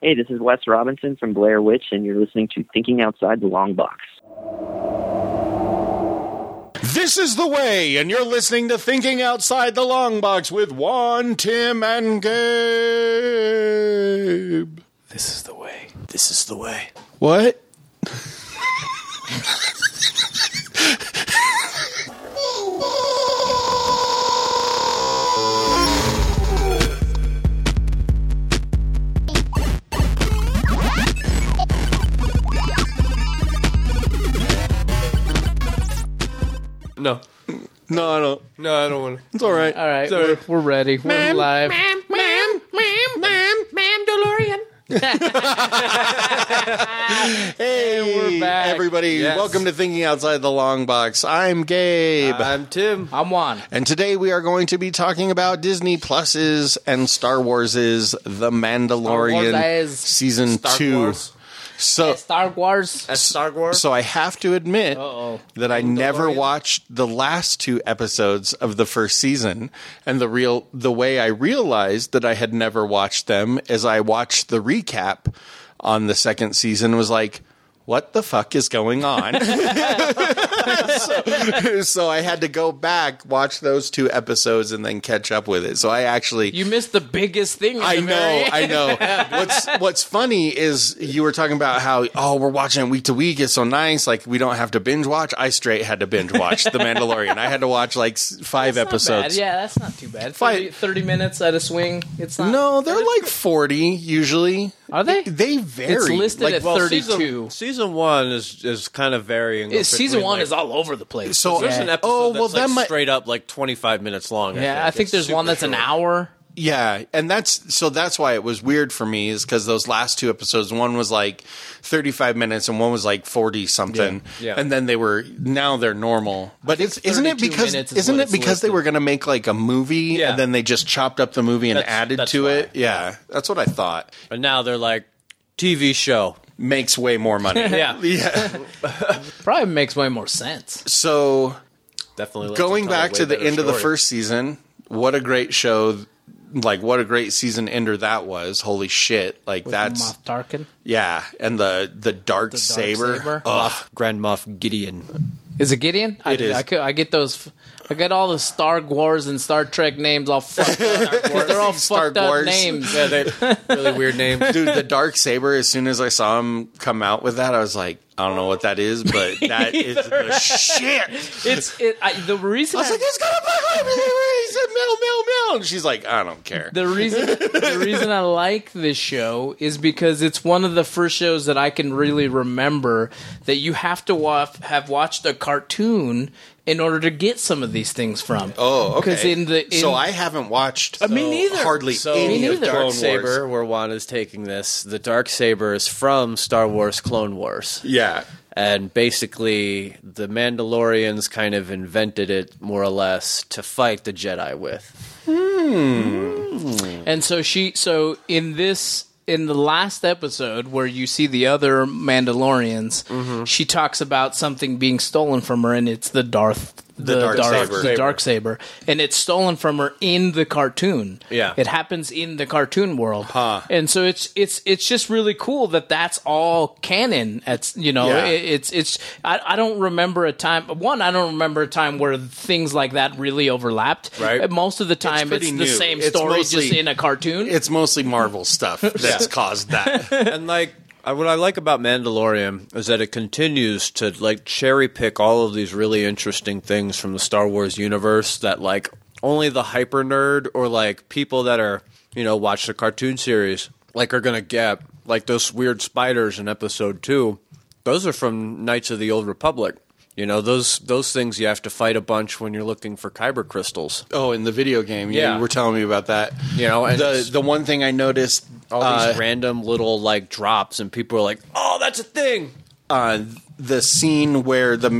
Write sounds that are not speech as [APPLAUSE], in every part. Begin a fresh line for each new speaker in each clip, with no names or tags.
Hey, this is Wes Robinson from Blair Witch, and you're listening to Thinking Outside the Long Box.
This is the way, and you're listening to Thinking Outside the Long Box with Juan, Tim, and Gabe.
This is the way. This is the way.
What?
No.
No, I don't.
No, I don't want to.
It's all right.
All right,
Sorry.
we're, we're ready. We're live.
Ma'am, ma'am, ma'am, ma'am, ma'am, DeLorean.
Hey,
we're back.
everybody.
Yes.
Welcome to Thinking Outside the Long Box. I'm Gabe.
I'm Tim.
I'm Juan.
and today we are going to be talking about Disney Plus's and Star Wars's The Mandalorian
Star Wars is-
season
Star
two.
Wars.
So,
Star Wars.
That's Star Wars.
so I have to admit
Uh-oh.
that I never watched the last two episodes of the first season, and the real the way I realized that I had never watched them is I watched the recap on the second season. Was like, what the fuck is going on? [LAUGHS] so, so I had to go back, watch those two episodes, and then catch up with it. So I actually
You missed the biggest thing.
I
at the
know,
[LAUGHS] very
I
end.
know. What's what's funny is you were talking about how oh we're watching it week to week. It's so nice. Like we don't have to binge watch. I straight had to binge watch The Mandalorian. I had to watch like s- five
That's not
episodes.
bad. Yeah, that's not too bad.
Fine.
30, 30 minutes at a swing. It's not.
No, they're like forty usually.
Are they?
They vary.
It's listed
Like,
at
well,
thirty two.
Season, season one is is kind of varying.
It- season
between,
one
like-
is all over the place.
So
There's an episode
oh well,
that's
that
like
might
straight up like 25 minutes long.
yeah, I think
It's
there's one
super
that's an
short.
hour.
Yeah, and that's so that's why it was weird for me is because those last two episodes, one was like thirty five minutes and one was like forty something,
Yeah.
and then they were now they're normal. But it's isn't it
32
because
minutes is
isn't
what
it
it's
because they
listed.
were going to make like a movie
Yeah.
and then they just chopped up the movie and
That's-
added
that's
to
why.
it? Yeah, that's what I thought.
And now they're like TV show.
Makes way more money.
[LAUGHS] Yeah,
yeah.
Probably makes way more sense.
So
definitely. lets
going
them tell a
back
way
to the
better
end of the
story.
first season, what a great show! Like what a great season ender that was. Holy shit! Like that's.
Moff Tarkin.
Yeah, and the the dark, saber. Oh,
saber.
Ugh.
Grand Moff Gideon.
Is it Gideon? I,
It is.
I, could- I get those. I get all the Star Wars and Star Trek names all fucked
[LAUGHS]
up. 'Cause they're all
Star
fucked up
Wars.
names.
Yeah, they really weird name. [LAUGHS]
dude, the dark saber. As soon as I saw him come out with that, I was like, I don't know what that is, but that is the shit.
It's it, I, the reason.
I was
I-
like, [LAUGHS] it's gonna fuck me. He said, "Mel, mel, mel," and she's like, I don't care.
the reason the reason I like this show is because it's one of the first shows that I can really remember that you have to wa- have watched a cartoon in order to get some of these things from.
oh, okay.
Because in the in,
so I haven't watched.
me neither.
Hardly
So
any
Me
of
neither.
Clone
Clone
Wars.
Saber, where Juan is taking this, the dark saber is from Star Wars Clone Wars,
Yeah.
and basically the Mandalorians kind of invented it more or less to fight the Jedi with.
And so she so in this in the last episode where you see the other Mandalorians, she talks about something being stolen from her and it's the Darth the,
dark
Darth-
saber.
the dark saber and it's stolen from her in the cartoon.
Yeah.
It happens in the cartoon world. And so it's it's it's just really cool that that's all canon at you know
Yeah.
it, it's it's I, I don't remember a time one I don't remember a time where things like that really overlapped.
Right.
Most of the time it's,
pretty
the
new.
same
It's
story just
mostly-
in a cartoon.
It's mostly Marvel stuff that's caused that.
and like, I, what I like about Mandalorian is that it continues to like cherry pick all of these really interesting things from the Star Wars universe that like only the hyper nerd or like people that are you know watch the cartoon series like are gonna get like those weird spiders in episode two. Those are from Knights of the Old Republic. You know those those things you have to fight a bunch when you're looking for kyber crystals.
Oh, in the video game, yeah,
Yeah.
you were telling me about that.
You know, and
the
it's-
the one thing I noticed
All
uh,
these random little like drops, and people are like, "Oh, that's a thing."
uh, the scene where the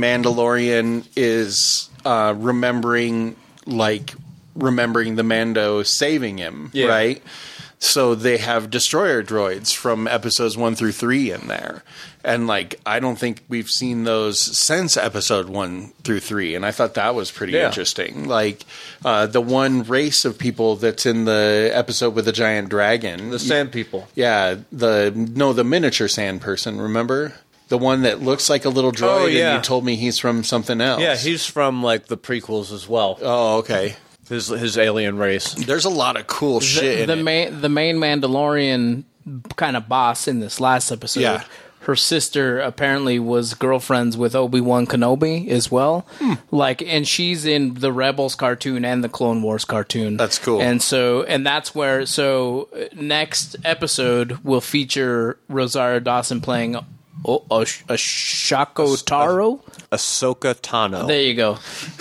Mandalorian is uh, remembering, like remembering the Mando saving him,
Yeah.
right? So they have destroyer droids from episodes one through three in there. And like, I don't think we've seen those since episode one through three. And I thought that was pretty
Yeah.
interesting. Like, uh, the one race of people that's in the episode with the giant dragon,
The sand people.
yeah, the no, the miniature sand person. Remember the one that looks like a little droid?
Oh,
And
yeah.
you told me he's from something else.
Yeah, he's from like the prequels as well.
Oh, okay.
His his alien race.
There's a lot of cool shit. in
the
it.
main the main Mandalorian kind of boss in this last episode.
Yeah.
Her sister apparently was girlfriends with Obi Wan Kenobi as well.
Hmm.
Like, and she's in the Rebels cartoon and the Clone Wars cartoon.
That's cool.
And so, and that's where. So uh, next episode will feature Rosario Dawson playing. O- Osh- Oshako Taro.
Ahsoka Tano.
There you go.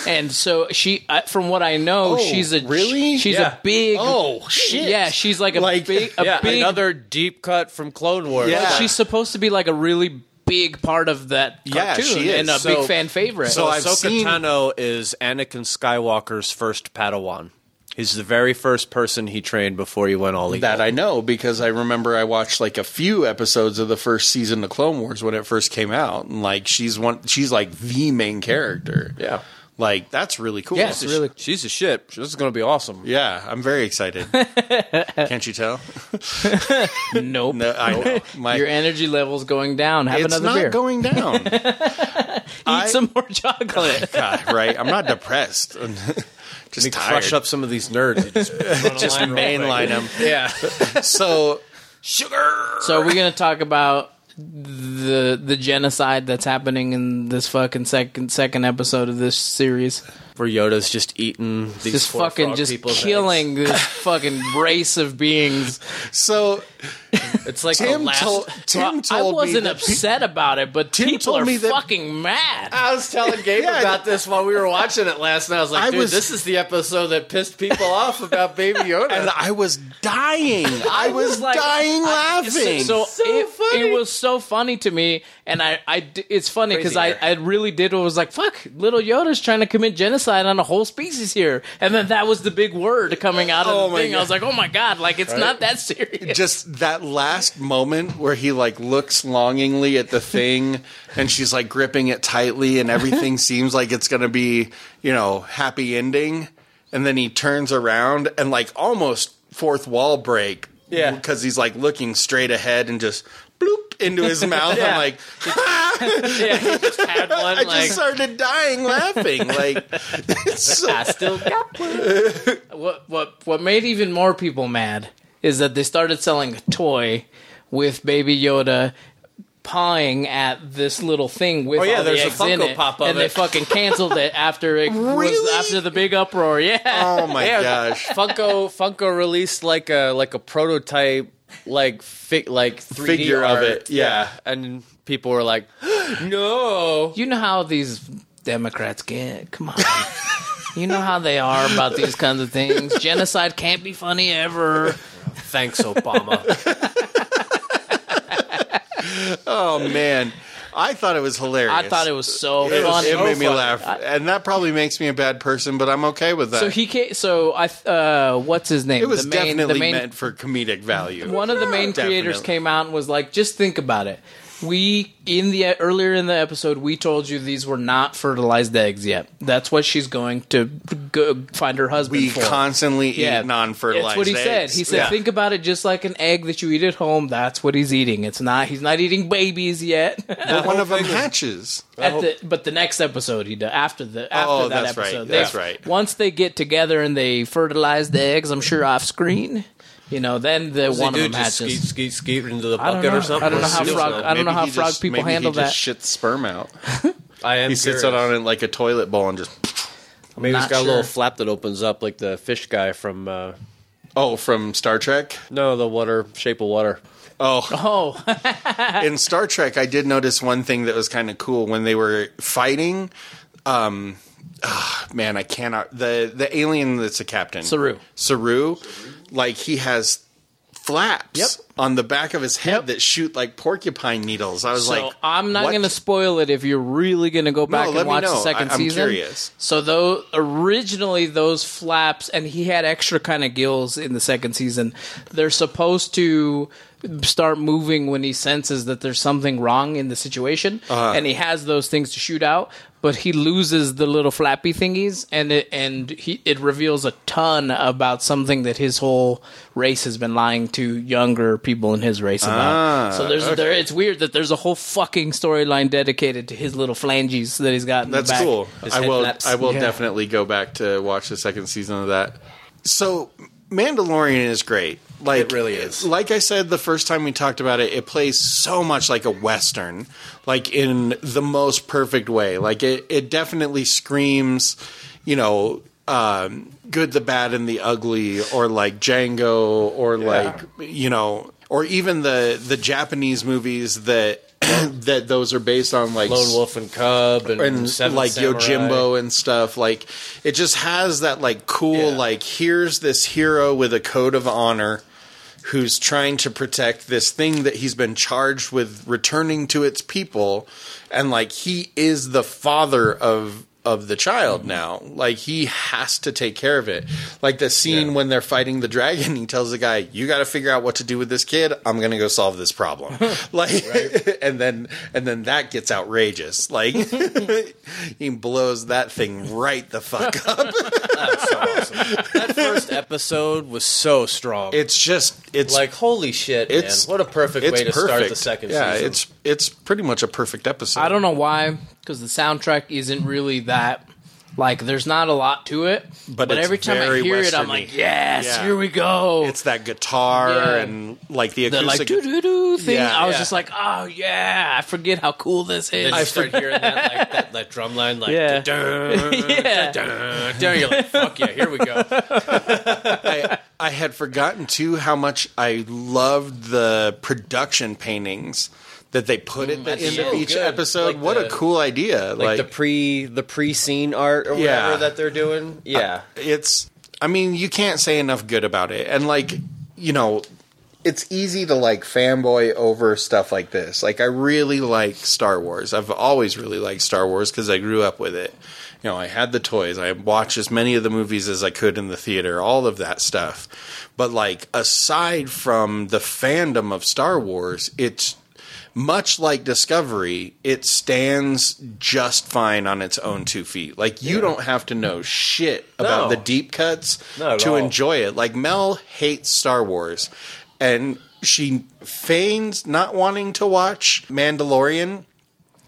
And so she, I- from what I know,
Oh,
she's a
really?
She's
Yeah.
a big.
Oh, shit.
Yeah, she's like a
Like-
big, a
yeah,
big
another deep cut from Clone Wars.
Yeah.
She's supposed to be like a really big part of that
Yeah,
cartoon
she is.
and a
So-
big fan favorite.
so I- I've
Ahsoka
seen-
Tano is Anakin Skywalker's first Padawan. He's the very first person he trained before he went all evil.
That I know because I remember I watched like a few episodes of the first season of Clone Wars when it first came out, and like she's one, she's like the main character.
Yeah.
like that's really cool.
Yes, really.
She's a shit. This is going to be awesome.
Yeah, I'm very
[LAUGHS]
excited. Can't you tell?
[LAUGHS] nope. [LAUGHS]
No, I know. My,
Your energy level's going down. Have
it's
another
not
beer.
going down.
[LAUGHS] Eat some more
[LAUGHS]
chocolate.
God, right? I'm not depressed. [LAUGHS] Just
Let me
tired.
crush up some of these nerds. [LAUGHS] You just
just mainline them.
yeah.
So sugar.
so are we gonna talk about the the genocide that's happening in this fucking second second episode of this series?
Where Yoda's just eating these
Just
poor
fucking
frog
just
people's eggs. [LAUGHS]
killing this fucking race of beings.
So
It's like
Tim
the last.
told Tim
Well, I
told me
wasn't
that pe-
upset about it, but
Tim
people
told
are
me that-
fucking mad.
I was telling Gabe
Yeah.
about this while we were watching it last night. I was like,
I
dude,
was-
this is the episode that pissed people off about Baby Yoda.
and I was dying. I was
like-
dying laughing.
So, it,
funny.
it was so funny to me, and I, I d- it's funny because
Crazy
I,
hair.
I really did. was like, fuck, little Yoda's trying to commit genocide on a whole species here, and then that was the big word coming out of
Oh
the
my
thing. I
God.
was like, oh my god, like it's not that serious.
just that last moment where he like looks longingly at the thing and she's like gripping it tightly and everything seems like it's going to be, you know, happy ending and then he turns around and like almost fourth wall break
Yeah.
because he's like looking straight ahead and just bloop into his mouth
Yeah.
I'm like
[LAUGHS]
[LAUGHS]
yeah, he just had one.
I
like,
just started dying laughing like [LAUGHS] it's so
I still got one. what what what made even more people mad is that they started selling a toy with Baby Yoda pawing at this little thing with
Oh, yeah,
all the
there's a
eggs in
Funko
it,
Pop of
and they
it.
fucking canceled it
[LAUGHS]
after it was
Really?
after the big uproar. Yeah,
oh my
Yeah.
gosh
Funko Funko released like a like a prototype like fi- like 3D
figure
art.
of it yeah
and people were like, [GASPS] "No."
you know how these Democrats get. Come on. You know how they are about these kinds of things. Genocide can't be funny ever.
Thanks, Obama.
oh man I thought it was hilarious.
I thought it was so
It, was-
funny.
it made me
funny.
laugh, and that probably makes me a bad person, but I'm okay with that.
So he ca So I. th- Uh, what's his name?
it was
the main,
definitely
the main,
meant for comedic value.
One of the main creators
Definitely.
came out and was like, "Just think about it. We in the earlier in the episode, we told you these were not fertilized eggs yet. That's what she's going to go find her husband
we
for."
constantly eat non-fertilized.
That's what he said.
eggs.
He said,
Yeah.
"Think about it, just like an egg that you eat at home. That's what he's eating. It's not. He's not eating babies yet. [LAUGHS]
But one of them hatches.
At the, but the next episode he does after the after
Oh,
that
that's right,
episode.
that's
they-
right.
Once they get together and they fertilize the eggs, I'm sure off screen. You know, then the one of them hatches.
skeet skeet into the
I don't know. I don't know how frog. I don't know
Maybe
how
he
frog
just-
people
maybe
handle
he just
that.
Shits sperm out.
I am.
He sits it on it like a toilet bowl and just
Maybe
Not
it's got a
sure.
little flap that opens up, like the fish guy from uh,
oh from Star Trek.
no, the water Shape of Water.
Oh,
[LAUGHS] Oh,
in Star Trek, I did notice one thing that was kind of cool when they were fighting. Um, ah, man, I cannot the the alien that's a captain
Saru.
Saru, like he has flaps
Yep.
on the back of his head that shoot like porcupine needles. I was
So
like,
I'm not
what?
going to spoil it if you're really going to go back
let me
and watch the
know.
2nd
I- I'm
season.
curious.
So though originally those flaps and he had extra kind of gills in the second season. They're supposed to start moving when he senses that there's something wrong in the situation and he has those things to shoot out, but he loses the little flappy thingies and it and he it reveals a ton about something that his whole race has been lying to younger people in his race about. so there's there it's weird that there's a whole fucking storyline dedicated to his little flanges that he's got in
That's
the back.
cool.
His
I
head
will.
flaps.
I will
Yeah.
definitely go back to watch the second season of that. So, Mandalorian is great. Like
It really is.
Like I said the first time we talked about it, it plays so much like a western, like in the most perfect way. Like it, it definitely screams, you know, um, good, the bad, and the ugly, or like Django, or like you know, or even the the Japanese movies that [COUGHS] that those are based on, like
Lone Wolf and Cub and,
and
Seven
like
Samurai. [LAUGHS]
Yojimbo and stuff. Like it just has that like cool
Yeah.
like here's this hero with a code of honor who's trying to protect this thing that he's been charged with returning to its people and like he is the father of of the child now like he has to take care of it like the scene when they're fighting the dragon he tells the guy you got to figure out what to do with this kid i'm going to go solve this [LAUGHS] problem like [LAUGHS] and then and then that gets outrageous like [LAUGHS] he blows that thing right the [LAUGHS] fuck up
That first episode was so strong.
it's just it's
like holy shit!
it's
man. what a perfect
it's
way to start the
perfect.
second
yeah,
season.
it's it's pretty much a perfect episode.
I don't know why, because the soundtrack isn't really that. Like, there's not a lot to it, but,
it's
every time I
very
hear it, I'm
westerny.
like, yes,
Yeah.
here we go.
It's that guitar
Yeah.
and like the
the
acoustic.
like doo doo doo thing.
Yeah.
I was
Yeah.
just like, oh yeah, I forget how cool this is.
Then you start hearing that like that, that drum line like
Yeah.
da-dun,
[LAUGHS] Yeah.
da-dun, da-dun. you're like fuck yeah here we go
[LAUGHS] I, I had forgotten too how much I loved the production paintings that they put at the
that's
end
so
of each
Mm, good.
episode.
Like
what a
the-
cool idea!
like,
Like,
the pre the pre scene art or
Yeah.
whatever that they're doing yeah
it's. I mean, you can't say enough good about it, and like you know. It's easy to like fanboy over stuff like this. Like I really like Star Wars. I've always really liked Star Wars because I grew up with it. You know, I had the toys. I watched as many of the movies as I could in the theater, all of that stuff. But like aside from the fandom of Star Wars, it's much like Discovery, it stands just fine on its own two feet. Like you don't have to know shit about
No.
the deep cuts
Not at
to
all.
enjoy it. Like Mel hates Star Wars and she feigns not wanting to watch Mandalorian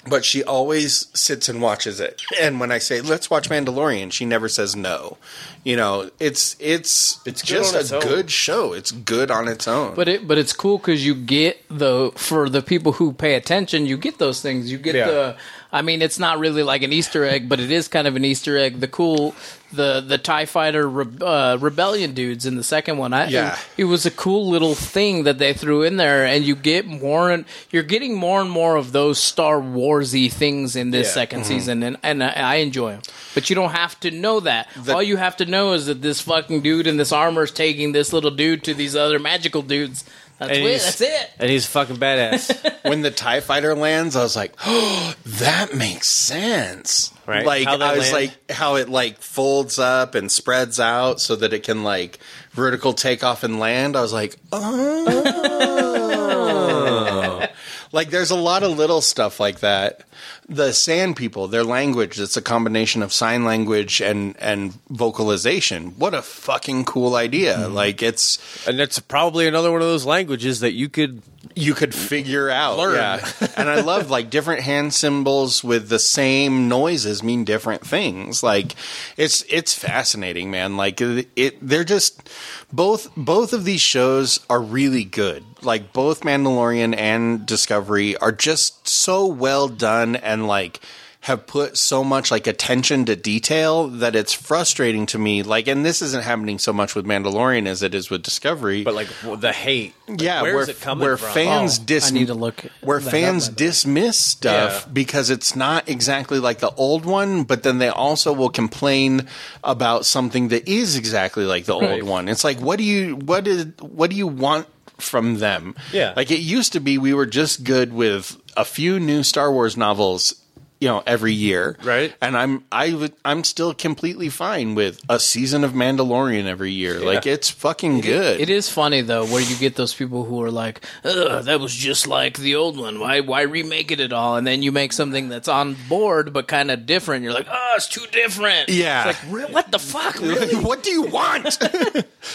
but she always sits and watches it. And when I say let's watch Mandalorian, she never says no. You know, it's it's it's
good
just
on its
a
own.
good show. It's good on its own.
But it but it's cool because you get the for the people who pay attention, you get those things. You get
Yeah.
the. I mean, it's not really like an Easter egg, but it is kind of an Easter egg. The cool the the Tie Fighter re- uh, rebellion dudes in the second one. I,
Yeah.
it, was a cool little thing that they threw in there, and you get more and you're getting more and more of those Star Warsy things in this
Yeah. Mm-hmm.
2nd season, and and I, I enjoy them. But you don't have to know that. All you have to know is that this fucking dude in this armor is taking this little dude to these other magical dudes. That's
And
it.
he's-
That's it.
and he's fucking badass
when the Tie Fighter lands, I was like, "Oh, that makes sense."
Right.
Like
How they
I was
land.
like, how it like folds up and spreads out so that it can like vertical takeoff and land. I was like, "Oh." [LAUGHS] like there's a lot of little stuff like that. The Sand People, their language, it's a combination of sign language and and vocalization. What a fucking cool idea.
Mm-hmm.
Like it's
[LAUGHS] and that's probably another one of those languages that you could
you could figure out. Yeah. [LAUGHS] and I love like different hand symbols with the same noises mean different things. Like it's it's fascinating, man. Like it, it they're just both both of these shows are really good. Like both Mandalorian and Discovery are just so well done and like have put so much like attention to detail that it's frustrating to me. Like, and this isn't happening so much with Mandalorian as it is with Discovery.
but like w- the hate Like,
Yeah,
where's
where,
it coming
where
from
fans
Oh,
dis-
I need to look
where
that up,
fans
by the way.
dismiss stuff
Yeah.
because it's not exactly like the old one, but then they also will complain about something that is exactly like the old one. It's like what do you what is what do you want from them.
Yeah.
Like it used to be we were just good with a few new Star Wars novels, you know, every year.
Right.
And I'm I would I'm still completely fine with a season of Mandalorian every year. Like it's fucking good.
It is funny though, where you get those people who are like, "Ugh, that was just like the old one. Why, why remake it at all?" And then you make something that's on board but kind of different. You're like, "Oh, it's too different."
Yeah.
It's like, "Re- what the
[LAUGHS]
fuck? Really?
[LAUGHS] what do you
[LAUGHS]
want?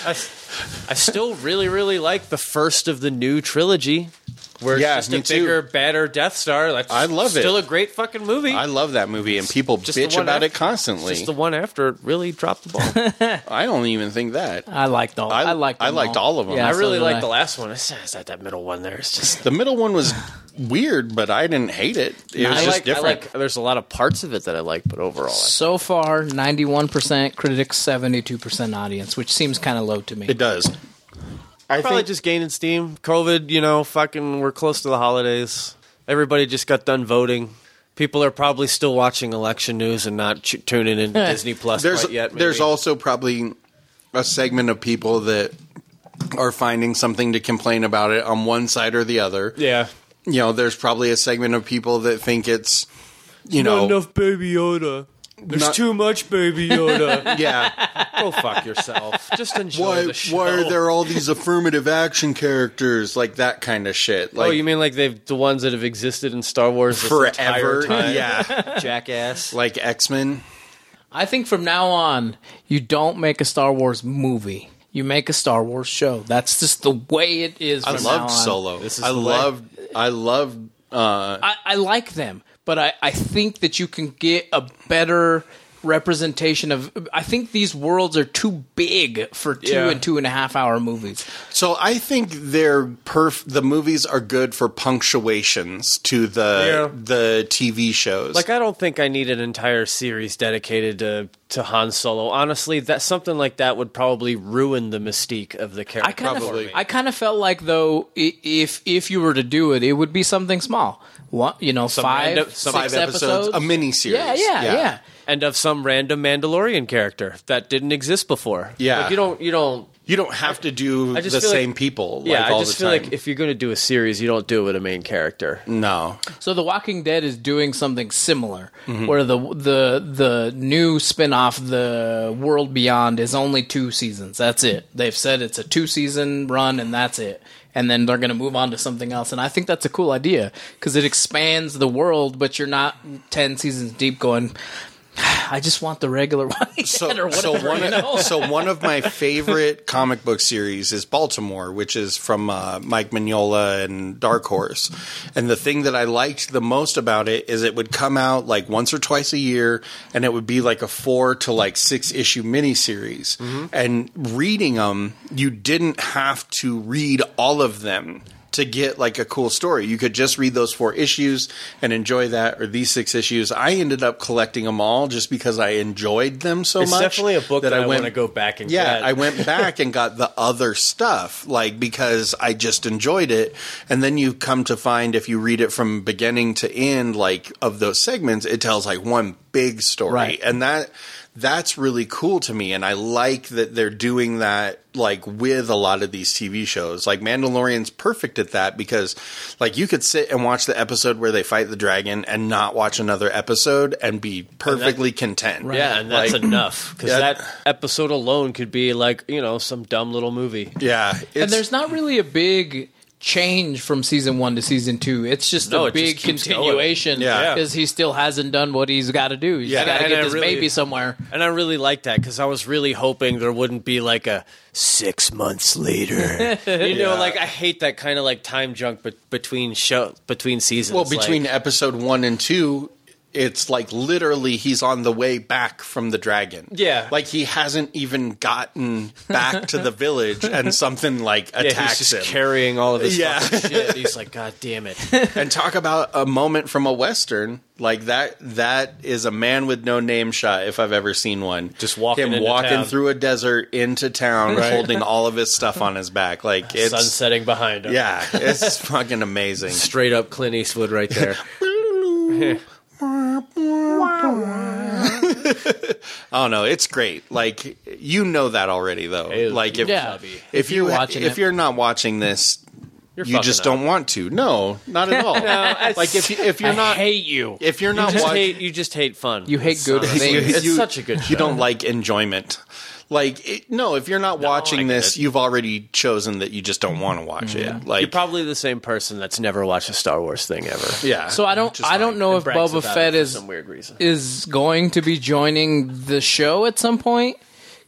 I, I still really, really like the first of the new trilogy. Where
Yeah,
it's
me
just a
too.
bigger, badder Death Star. Like
I love it.
Still a great fucking movie.
[LAUGHS] I love that movie and people
Just the
bitch
one
about
after-
it constantly.
just the one after it really dropped the ball.
[LAUGHS] I don't even think that.
I liked all. I,
I-
liked.
I
them
liked all of them.
Yeah,
I
so
really
did
like
I.
the last one. It's, it's not that middle one there. It's just
The middle one was weird, but I didn't hate it. It was
I
just
like, I
different.
like- there's a lot of parts of it that I like, but overall, I-
So far, ninety-one percent critics, seventy-two percent audience, which seems kind of low to me.
it does. I
probably
think
just gaining steam. COVID, you know, fucking, we're close to the holidays. Everybody just got done voting. People are probably still watching election news and not ch- tuning
[LAUGHS]
in to Disney Plus
there's
quite yet. maybe.
there's also probably a segment of people that are finding something to complain about it on one side or the other.
yeah,
You know, there's probably a segment of people that think it's you know
Baby Yoda. There's
Not- too
much Baby
[LAUGHS] [LAUGHS]
Yoda. [LAUGHS]
yeah.
Go fuck yourself. Just enjoy
Why
the show.
why are there all these affirmative action characters like that kind of shit? Like
oh, you mean like they've the ones that have existed in Star Wars this
forever?
entire time?
[LAUGHS] Yeah.
jackass.
like X-Men.
I think from now on, you don't make a Star Wars movie. You make a Star Wars show. That's just the way it is.
I
from now
loved
on.
Solo.
This is
I
the way.
loved I loved uh
I, I like them, but I, I think that you can get a better representation of. I think these worlds are too big for two
Yeah.
and two and a half hour movies.
So I think they're perf. The movies are good for punctuations to the
Yeah.
the TV shows.
Like I don't think I need an entire series dedicated to to Han Solo. Honestly, that something like that would probably ruin the mystique of the character.
I kind of
Probably.
I kind of felt like though i- if if you were to do it, it would be something small. What you know, five,
random- some
five
six
episodes, a mini series.
Yeah, yeah, yeah,
and of some random Mandalorian character that didn't exist before.
Yeah.
Like, you don't you don't
You don't have to do
I just
the
feel like-
same people.
Yeah,
like,
I
all
just
the
feel
time.
like if you're going to do a series, you don't do it with a main character.
no,
So The Walking Dead is doing something similar, where the the the new spin-off, The World Beyond, is only two seasons. That's it. They've said it's a two season run, and that's it. And then they're going to move on to something else. And I think that's a cool idea because it expands the world, but you're not ten seasons deep. Going, I just want the regular [LAUGHS] one
so
or whatever.
so one
you know?
of, so one of my favorite comic book series is Baltimore, which is from uh, Mike Mignola and Dark Horse. And the thing that I liked the most about it is it would come out like once or twice a year, and it would be like a four to like six issue miniseries.
Mm-hmm.
And reading them, you didn't have to read all of them. To get like a cool story, you could just read those four issues and enjoy that, or these six issues. I ended up collecting them all just because I enjoyed them so
It's
much
definitely a book that I
went-
wanna go back and
yeah
get.
i went back and got
[LAUGHS]
the other stuff like because i just enjoyed it and then you come to find if you read it from beginning to end like of those segments it tells like one big story
Right.
and that that's really cool to me and i like that they're doing that like with a lot of these tv shows like mandalorian's perfect at that because like you could sit and watch the episode where they fight the dragon and not watch another episode and be perfectly content
Yeah, and that's
Like-
[CLEARS THROAT] enough because
Yeah.
that episode alone could be like you know some dumb little movie.
yeah
and there's not really a big change from season one to season two. It's just
No,
a
it just
big
keeps going.
continuation.
Yeah.
because he still hasn't done what he's got to do. He's
Yeah.
got to
And
get
I
this
really-
baby somewhere.
And I really like that because I was really hoping there wouldn't be like a six months later. [LAUGHS] you
Yeah.
know, like I hate that kind of like time junk be- between show between seasons.
Well, between
like,
episode one and two, it's like literally he's on the way back from the dragon.
Yeah.
like he hasn't even gotten back to the village,
[LAUGHS]
and something like
yeah,
attacks
he's just
him.
carrying all of this
Yeah.
fucking shit.
[LAUGHS]
He's like, God damn it!
and talk about a moment from a western like that. That is a man with no name shot if I've ever seen one.
Just walking
him
into
walking
town.
through a desert into town, holding all of his stuff on his back.
[LAUGHS]
Like it's
Sun setting behind him.
yeah, it's [LAUGHS] fucking amazing.
straight up
[LAUGHS]
Clint Eastwood right there.
Oh no, it's great. Like you know that already, though.
is
like if
Yeah.
if you
you're watching
if
it.
you're not watching this, you
fucking
just
up.
don't want to. No, not at all. like if you, if you're
I
not
hate you.
if you're not
You just,
watching,
hate, you just hate fun.
You hate
It's
good
not-
things.
[LAUGHS]
It's
You-
such a good show.
you don't like enjoyment. Like it, no, if you're not watching
I get
this,
it.
you've already chosen that you just don't want to watch it. Like
You're probably the same person that's never watched a Star Wars thing ever.
yeah.
So I don't I don't know if
Brags
Boba
about
Fett
it for
is
some weird reason.
[LAUGHS] is going to be joining the show at some point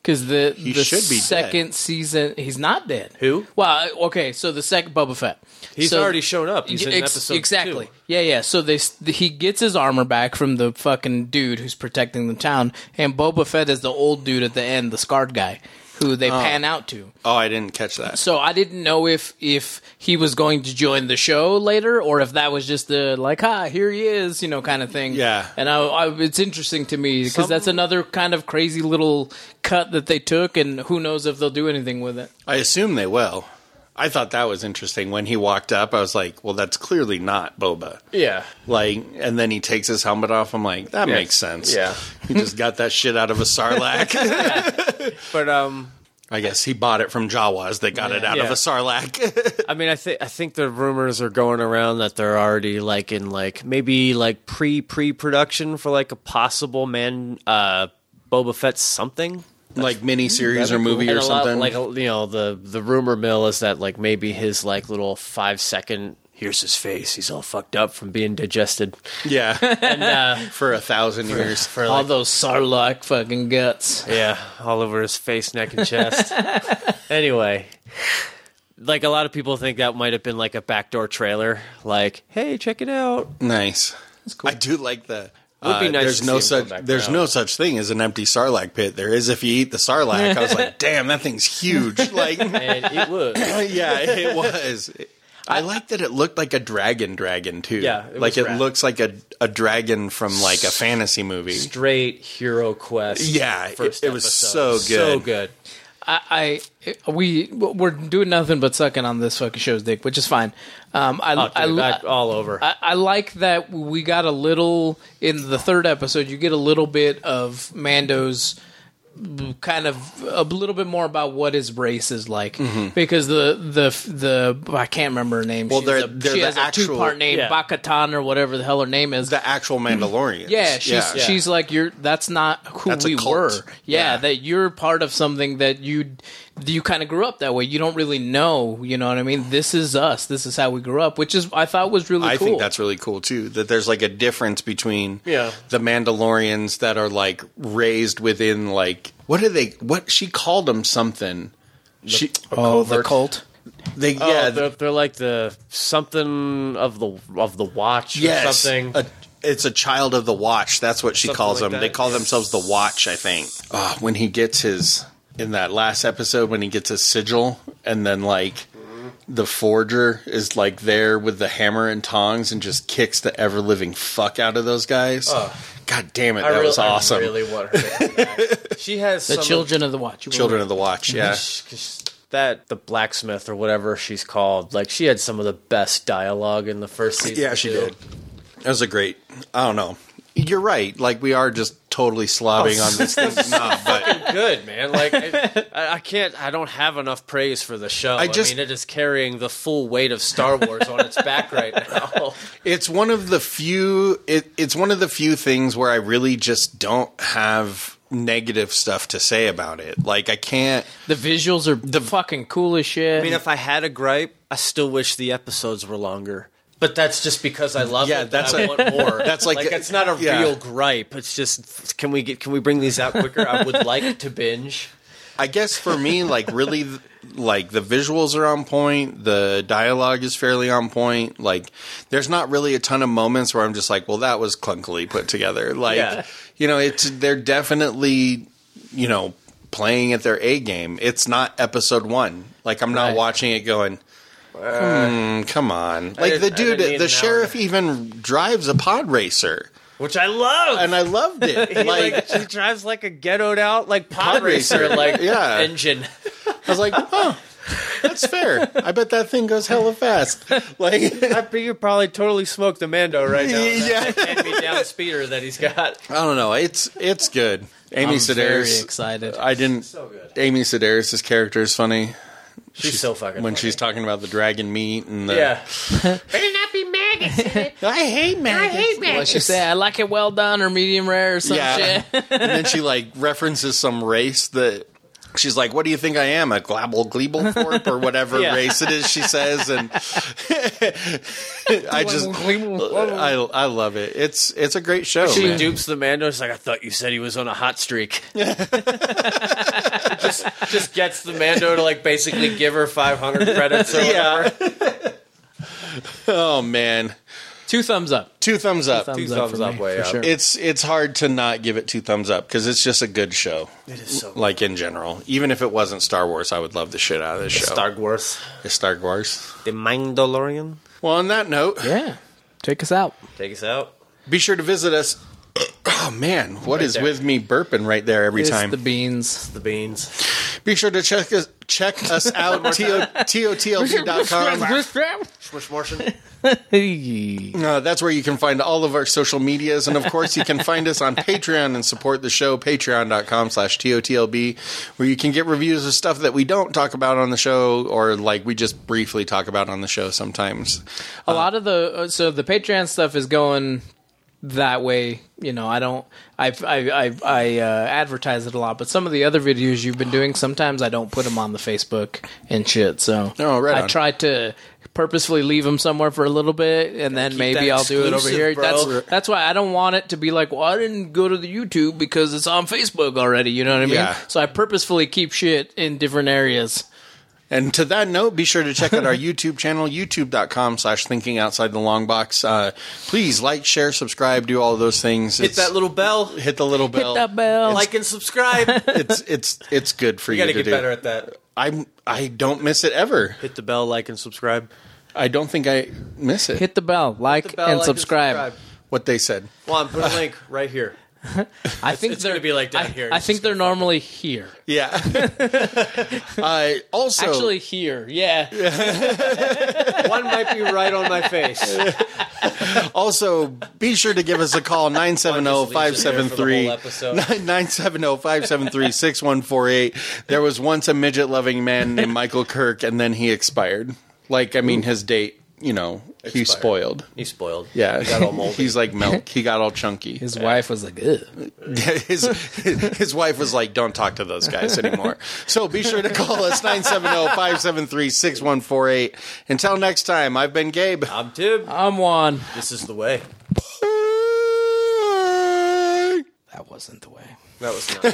because the the
should be dead.
second season he's not dead.
Who?
Well, okay, so the second Boba Fett.
He's
So-
already shown up. He's in
Ex-
episode
exactly.
two.
Yeah, yeah. So they s- he gets his armor back from the fucking dude who's protecting the town, and Boba Fett is the old dude at the end, the scarred guy, who they pan out to.
oh, I didn't catch that.
So I didn't know if if he was going to join the show later, or if that was just the like, ah, here he is, you know, kind of thing.
Yeah.
And I, I it's interesting to me because
Some-
that's another kind of crazy little cut that they took, and who knows if they'll do anything with it.
I assume they will. I thought that was interesting when he walked up. I was like, well, that's clearly not Boba.
Yeah.
Like, and then he takes his helmet off. I'm like, that makes sense.
Yeah.
he just got that shit out of a
[LAUGHS]
sarlacc.
But um,
I guess he bought it from Jawas. They got it out of
Yeah.
a sarlacc. [LAUGHS]
I mean, I think I think the rumors are going around that they're already like in like maybe like pre pre production for like a possible man uh Boba Fett something.
like mini series or movie
And
or
a lot-
something.
like you know the the rumor mill is that like maybe his like little five second here's his face he's all fucked up from being digested
yeah, [LAUGHS]
[LAUGHS]
for a thousand years.
uh, for
All
like
those Sarlacc fucking guts.
Yeah, all over his face, neck, and chest. anyway, like a lot of people think that might have been like a backdoor trailer. Like, hey, check it out.
nice. I do like the.
Would be
uh,
nice
there's
to
no
see him come
such
back
there's
around.
no such thing as an empty sarlacc pit. There is if you eat the sarlacc. I was like,
[LAUGHS]
damn, that thing's huge. Like,
And it
[LAUGHS]
would.
yeah, it was. I like that it looked like a dragon dragon too.
Yeah, it was
like it
rad.
looks like a a dragon from like a fantasy movie.
Straight hero quest.
Yeah, it-
first
it was so
episode. So
good.
good.
I, I we we're doing nothing but sucking on this fucking show's dick, which is fine. Um, I
Oh,
I,
dude,
li-
I- all over.
I, I like that we got a little in the third episode. You get a little bit of Mando's kind of a little bit more about what his race is like
Mm-hmm.
because the the the I can't remember her name. Well,
they're- they're
she
the
has
actual-
a two part name,
yeah.
Bakatan or whatever the hell her name is.
The actual Mandalorian.
Yeah, she's she's like you're. That's not who
That's a
we
cult.
were.
Yeah.
Yeah, that you're part of something that you you kind of grew up that way. You don't really know. You know what I mean? This is us. This is how we grew up, which is I thought was really
I
cool.
think that's really cool too. That there's like a difference between
Yeah.
the Mandalorians that are like raised within like what are they? What she called them something. She
oh the cult.
they
Oh,
yeah
they're, they're like the something of the of the watch or
yes Uh,
something.
A- it's a child of the watch. That's what she
Something
calls
like
them. They
that.
call themselves the watch. I think Ah, when he gets his in that last episode when he gets his sigil and then like. The forger is like there with the hammer and tongs and just kicks the ever living fuck out of those guys. God damn it, that
I re-
was
I
awesome.
really want her. to come back.
[LAUGHS]
she has
The
some of-
children of the watch. You were
Children
right.
of the Watch, yeah.
[LAUGHS] that the blacksmith or whatever she's called, like she had some of the best dialogue in the first season. too.
That was a great. I don't know. You're right. Like we are just totally
Oh.
slobbing on this
[LAUGHS]
thing now, but
[LAUGHS] Good man, like
[LAUGHS]
I, I can't, I don't have enough praise for the show. I,
just-
mean, it is carrying the full weight of Star Wars on its back right
[LAUGHS]
now.
it's one of the few. It, it's one of the few things where I really just don't have negative stuff to say about it. Like I can't.
The visuals are the fucking cool as shit.
I mean, if I had a gripe, I still wish the episodes were longer. But that's just because I love
Yeah,
it.
that's
[LAUGHS] That's
a-
I want more.
that's like-
it's not a
yeah.
real gripe. It's just can we get can we bring these out quicker? I [LAUGHS] would like to binge.
I guess for me, like really, th- like the visuals are on point. The dialogue is fairly on point. Like, there's not really a ton of moments where I'm just like, well, that was clunkily put together. Like,
Yeah.
you know, it's they're definitely, you know, playing at their A game. It's not episode one. Like, I'm not
Right.
watching it going. "Hmm, come on! Like the
didn't-
dude,
I didn't need
the
an
sheriff even drives a pod racer,
Which I love.
and I loved
[LAUGHS]
it.
like,
like
she drives like a ghettoed out like pod,
Pod racer, [LAUGHS]
racer, like
yeah.
engine.
I was like, huh. That's fair. I bet that thing goes hella fast. Like,
I think you probably totally smoked the Mando right [LAUGHS] now.
yeah.
hand-me-down speeder that he's got.
I don't know. It's it's good. Amy
I'm very
Sedaris.
excited.
I didn't.
good.
Amy Sedaris' character is funny
She's, so fucking.
when she's talking about the dragon meat and the.
yeah,
Better not be maggots in it.
I hate man.
I hate maggots.
Let's just say I like it well done or medium rare or some
Yeah.
shit.
and then she like references some race that she's like, "What do you think I am? A glabble gleeble forp or [LAUGHS] whatever
Yeah.
race it is?" She says, and [LAUGHS] I [LAUGHS] just I I love it. It's it's a great show.
she
Oh, man.
dupes the Mando. She's like, I thought you said he was on a hot streak. [LAUGHS] just just gets the Mando to like basically give her five hundred credits. Or
Yeah. oh man,
[LAUGHS] Two thumbs up.
two thumbs up.
Thumbs,
Two-
up,
thumbs
for
up
me,
way
for
up.
sure.
It's it's hard to not give it two thumbs up because it's just a good show. It is so like in general. Even if it wasn't Star Wars, I would love the shit out of this show.
Star Wars,
It's Star Wars.
the Mandalorian.
Well, on that note,
yeah. Take us out.
Take us out.
be sure to visit us. [CLEARS THROAT] Oh man, what is
there.
with me burping right there every
It's
time?
the beans.
The beans.
Be sure to check us check us out totlb.com.
[LAUGHS]
Smushmorshin.
Hey.
Uh, that's where you can find all of our social medias, and of course, you
[LAUGHS]
can find us on Patreon and support the show. Patreon.com slash totlb, where you can get reviews of stuff that we don't talk about on the show, or like we just briefly talk about on the show sometimes.
a lot of the uh, so the Patreon stuff is going that way. You know, I don't. I I I, I uh, advertise it a lot, but some of the other videos you've been doing, sometimes I don't put them on the Facebook and shit. So
Oh, right
I
on.
try to purposefully leave them somewhere for a little bit, and then maybe
that
I'll do it over
exclusive,
here.
bro.
That's that's why I don't want it to be like, well, I didn't go to the YouTube because it's on Facebook already. You know what I mean?
Yeah.
So I purposefully keep shit in different areas.
And to that note, be sure to check
[LAUGHS]
out our YouTube channel, youtube.com slash thinking outside the long box. Uh, please like, share, subscribe, do all those things.
Hit that little [LAUGHS] bell.
hit the little bell.
that bell.
Like
[LAUGHS]
and subscribe. you
It's it's it's good for you,
gotta
to
get
do.
better at that.
I'm I don't miss it ever.
Hit the bell, like and subscribe.
I don't think I miss it.
Hit the bell, like,
The bell,
and
like,
subscribe.
what they said.
[LAUGHS] Come
[LAUGHS]
on, put a link right here.
I think
it's
they're
gonna be like down
I,
here.
I
It's
think they're normally here.
Yeah. uh, also
Actually, here. Yeah.
One might be right on
[LAUGHS]
my face.
also be sure to give us a
[LAUGHS]
call oh, 970 573
I'll just leave it there for the whole episode.
[LAUGHS] 970 573 6148. There was once a midget loving man named Michael Kirk and then he expired. Like I mean his date, you know, he
Expired.
spoiled.
He's spoiled.
Yeah,
He got all moldy.
[LAUGHS] he's like milk. He got all chunky.
His wife was like, Ugh.
[LAUGHS] his his wife was like, "Don't talk to those guys anymore." So be sure to call us oh, 970-573-6148. Until next time, I've been Gabe.
I'm Tib.
[LAUGHS]
I'm one.
This is the way.
That wasn't the way.
That was not.